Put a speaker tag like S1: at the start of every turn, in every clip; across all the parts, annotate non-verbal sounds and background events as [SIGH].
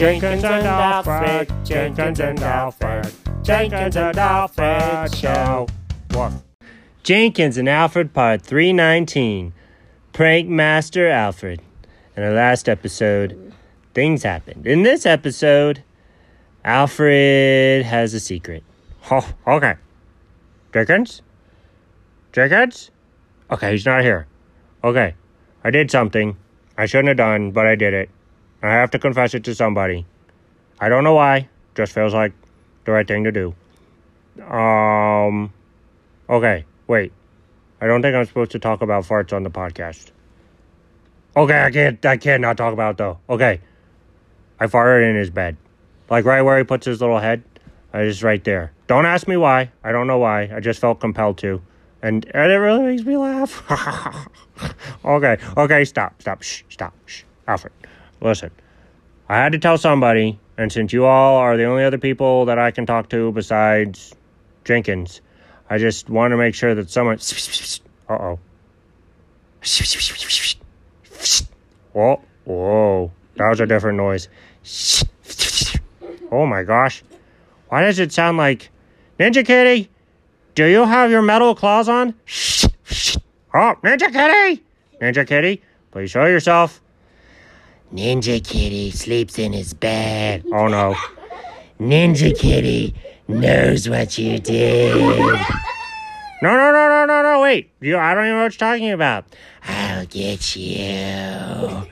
S1: Jenkins and Alfred, Jenkins and Alfred, Jenkins and Alfred Show. What? Jenkins and Alfred, Part 319. Prank Master Alfred. In our last episode, things happened. In this episode, Alfred has a secret. [LAUGHS] Oh, okay. Jenkins? Jenkins? Okay, he's not here. Okay, I did something I shouldn't have done, but I did it. I have to confess it to somebody. I don't know why. Just feels like the right thing to do. Um. Okay, wait. I don't think I'm supposed to talk about farts on the podcast. Okay, I can't. I can't not talk about it though. Okay, I farted in his bed, like right where he puts his little head. I just right there. Don't ask me why. I don't know why. I just felt compelled to, and and it really makes me laugh. [LAUGHS] okay, okay, stop, stop, shh, stop, shh, Alfred. Listen, I had to tell somebody, and since you all are the only other people that I can talk to besides Jenkins, I just want to make sure that someone. [LAUGHS] Uh oh. Whoa, whoa. That was a different noise. Oh my gosh. Why does it sound like. Ninja Kitty, do you have your metal claws on? [LAUGHS] Oh, Ninja Kitty! Ninja Kitty, please show yourself. Ninja Kitty sleeps in his bed. Oh no. Ninja Kitty knows what you did. No, no, no, no, no, no, wait. You, I don't even know what you're talking about. I'll get you.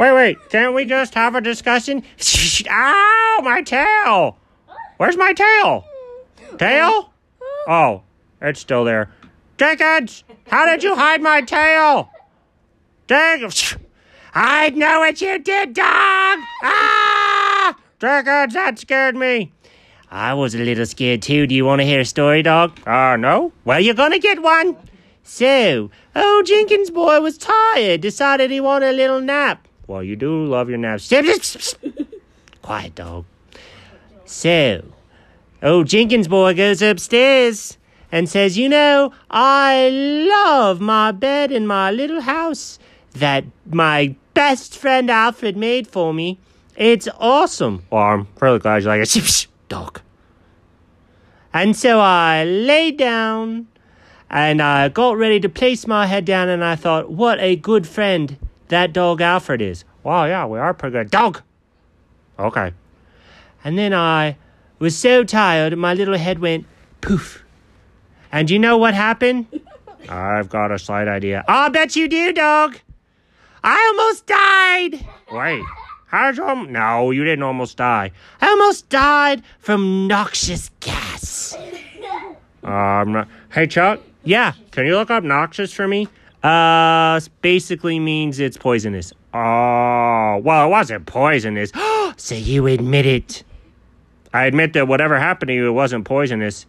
S1: Wait, wait. Can't we just have a discussion? [LAUGHS] Ow, my tail. Where's my tail? Tail? Oh, it's still there. Jenkins, how did you hide my tail? [LAUGHS] Jenkins. I know what you did, dog! Ah! Dragons, that scared me. I was a little scared too. Do you want to hear a story, dog? Uh, no. Well, you're gonna get one. So, old Jenkins boy was tired, decided he wanted a little nap. Well, you do love your naps. [LAUGHS] Quiet, dog. So, old Oh, Jenkins boy goes upstairs and says, You know, I love my bed in my little house that my best friend Alfred made for me. It's awesome. Well, I'm really glad you like it. [LAUGHS] Dog. And so I lay down and I got ready to place my head down and I thought, what a good friend that dog Alfred is. Wow, yeah, we are pretty good. Dog! Okay. And then I was so tired, my little head went poof. And you know what happened? [LAUGHS] I've got a slight idea. I'll bet you do, dog. I almost died. Wait, how did you? Almost, no, you didn't almost die. I almost died from noxious gas. Uh, I'm not. Hey, Chuck. Yeah, can you look up noxious for me? Uh, basically means it's poisonous. Oh, well, it wasn't poisonous. [GASPS] so you admit it. I admit that whatever happened to you, it wasn't poisonous.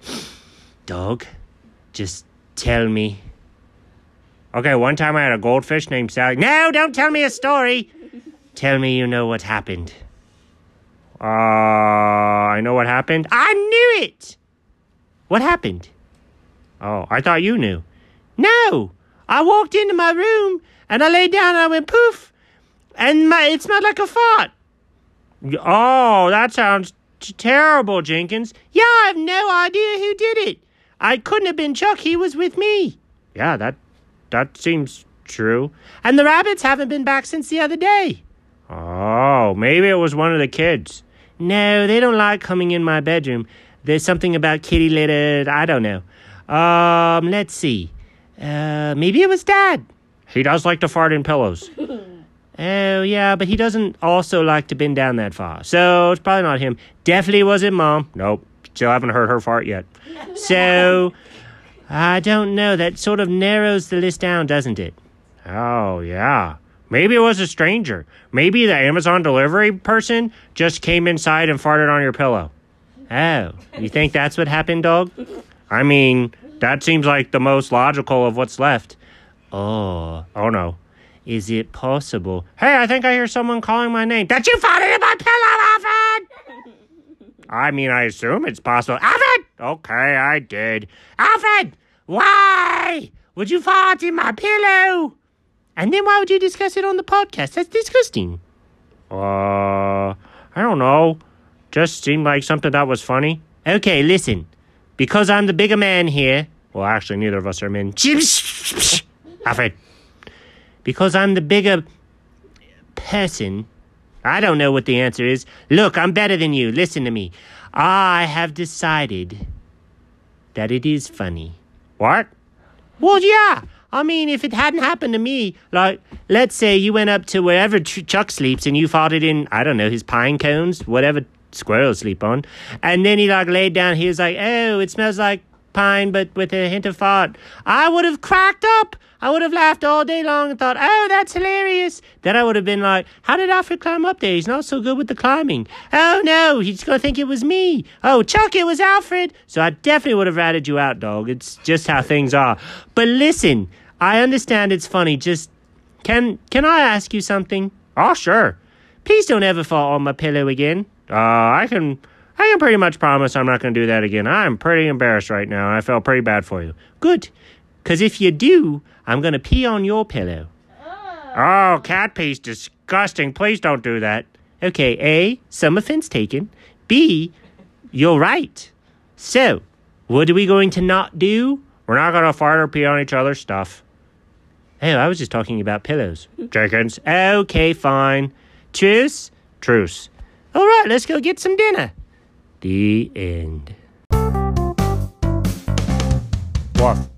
S1: Dog, just tell me. Okay, one time I had a goldfish named Sally. No, don't tell me a story. tell me you know what happened. Uh, I know what happened. I knew it. What happened? Oh, I thought you knew. No, I walked into my room and I lay down and I went poof, and my it smelled like a fart. Oh, that sounds t- terrible, Jenkins. Yeah, I have no idea who did it. I couldn't have been Chuck. He was with me. Yeah, that that seems true. And the rabbits haven't been back since the other day. Oh, maybe it was one of the kids. No, they don't like coming in my bedroom. There's something about kitty litter. I don't know. Um, let's see. Uh, maybe it was Dad. He does like to fart in pillows. oh yeah, but he doesn't also like to bend down that far. So it's probably not him. Definitely wasn't Mom. Nope. Still haven't heard her fart yet. So. I don't know. That sort of narrows the list down, doesn't it? Oh, yeah. Maybe it was a stranger. Maybe the Amazon delivery person just came inside and farted on your pillow. Oh, you think that's what happened, dog? I mean, that seems like the most logical of what's left. Oh, oh no. Is it possible? Hey, I think I hear someone calling my name. That you farted in my pillow, Alfred! [LAUGHS] I mean, I assume it's possible. Alfred! Okay, I did. Alfred! Why would you fart in my pillow? And then why would you discuss it on the podcast? That's disgusting. Uh, don't know. Just seemed like something that was funny. Okay, listen. Because I'm the bigger man here. Well, actually, neither of us are men. Alfred. Because I'm the bigger person. I don't know what the answer is. Look, I'm better than you. Listen to me. I have decided that it is funny. What? Well, yeah. I mean, if it hadn't happened to me, like, let's say you went up to wherever Tr- Chuck sleeps and you farted in, I don't know, his pine cones, whatever squirrels sleep on. And then he, like, laid down. He was like, oh, it smells like pine, but with a hint of fart. I would have cracked up. I would have laughed all day long and thought, oh, that's hilarious. Then I would have been like, how did Alfred climb up there? He's not so good with the climbing. Oh, no, he's going to think it was me. Oh, Chuck, it was Alfred. So I definitely would have ratted you out, dog. It's just how things are. But listen, I understand it's funny. Just can can I ask you something? Oh, sure. Please don't ever fall on my pillow again. Uh, I can I can pretty much promise I'm not going to do that again. I'm pretty embarrassed right now. I felt pretty bad for you. Good. Cuz if you do, I'm going to pee on your pillow. Oh, cat pee's disgusting. Please don't do that. Okay, A, some offense taken. B, you're right. So, what are we going to not do? We're not going to fart or pee on each other's stuff. Hey, I was just talking about pillows. Jenkins. Okay, fine. Truce? Truce. All right, let's go get some dinner. The end. What?